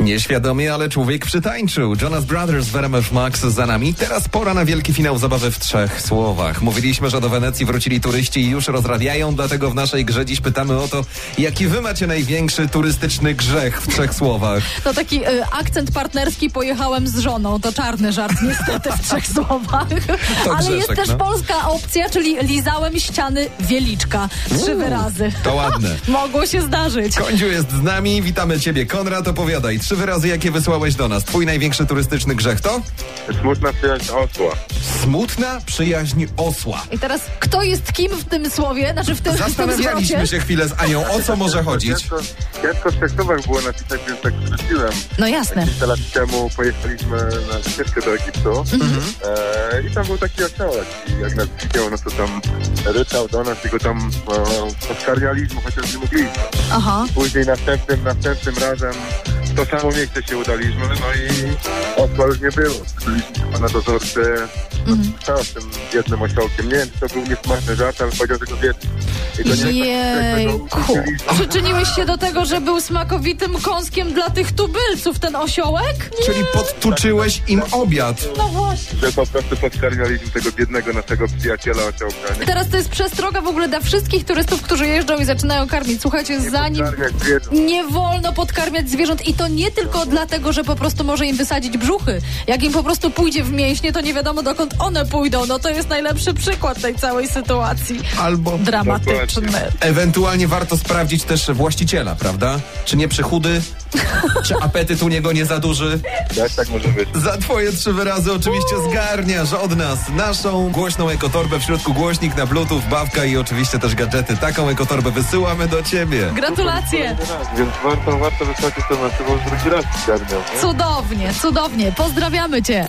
Nieświadomie, ale człowiek przytańczył. Jonas Brothers w RMF Max za nami. Teraz pora na wielki finał zabawy w trzech słowach. Mówiliśmy, że do Wenecji wrócili turyści i już rozrabiają, dlatego w naszej grze dziś pytamy o to, jaki wy macie największy turystyczny grzech w trzech słowach. To taki y, akcent partnerski pojechałem z żoną. To czarny żart niestety w trzech słowach. To Ale grzeszek, jest też no. polska opcja, czyli lizałem ściany wieliczka. Trzy Uuu, wyrazy. to ładne. Mogło się zdarzyć. Kądziu jest z nami, witamy ciebie. Konrad, opowiadaj. Trzy wyrazy, jakie wysłałeś do nas. Twój największy turystyczny grzech to? Smutna przyjaźń osła. Smutna przyjaźń osła. I teraz kto jest kim w tym słowie? Znaczy w tym, w tym zwrocie? Zastanawialiśmy się chwilę z Anią, o co może chodzić. Ciężko, ciężko w tekstowach było napisać, więc tak wróciłem. No jasne. Kilka lat temu pojechaliśmy na ścieżkę do Egiptu e, i tam był taki osiołek. I jak nas widział, no to tam ryczał do nas i go tam e, oskarżaliśmy, chociaż nie mogliśmy. Aha. Później następnym, następnym razem w to samo miejsce się udaliśmy, no i osła już nie było. Byliśmy chyba na dozorcy Mhm. mm. z tym jednym osiołkiem. Nie wiem, czy to był niesmaczny żart, ale powiedział, że go wiedz. I to nie jest tak, że go Jejku. uczyli, Przyczyniłeś się do tego, że był smakowitym kąskiem dla tych tubylców ten osiołek? Czyli podtuczyłeś im obiad. No właśnie. że po prostu podkarmialiśmy tego biednego naszego przyjaciela osiołka. I Teraz to jest przestroga w ogóle dla wszystkich turystów, którzy jeżdżą i zaczynają karmić. Słuchajcie, zanim podkarmiać zwierząt. nie wolno podkarmiać zwierząt i to nie tylko dlatego, że po prostu może im wysadzić brzuchy. Jak im po prostu pójdzie w mięśnie, to nie wiadomo dokąd one pójdą. No to jest najlepszy przykład tej całej sytuacji. Albo Dramatyczny. ewentualnie warto sprawdzić też właściciela, prawda? Czy nie przychudy? Czy apetyt u niego nie za duży? Tak, tak może być. Za twoje trzy wyrazy oczywiście zgarniasz od nas naszą głośną ekotorbę, w środku głośnik na bluetooth, bawka i oczywiście też gadżety. Taką ekotorbę wysyłamy do ciebie. Gratulacje. Tak, Więc warto, warto wysłać to na chyba drugi raz karmią. Cudownie, cudownie. Pozdrawiamy cię.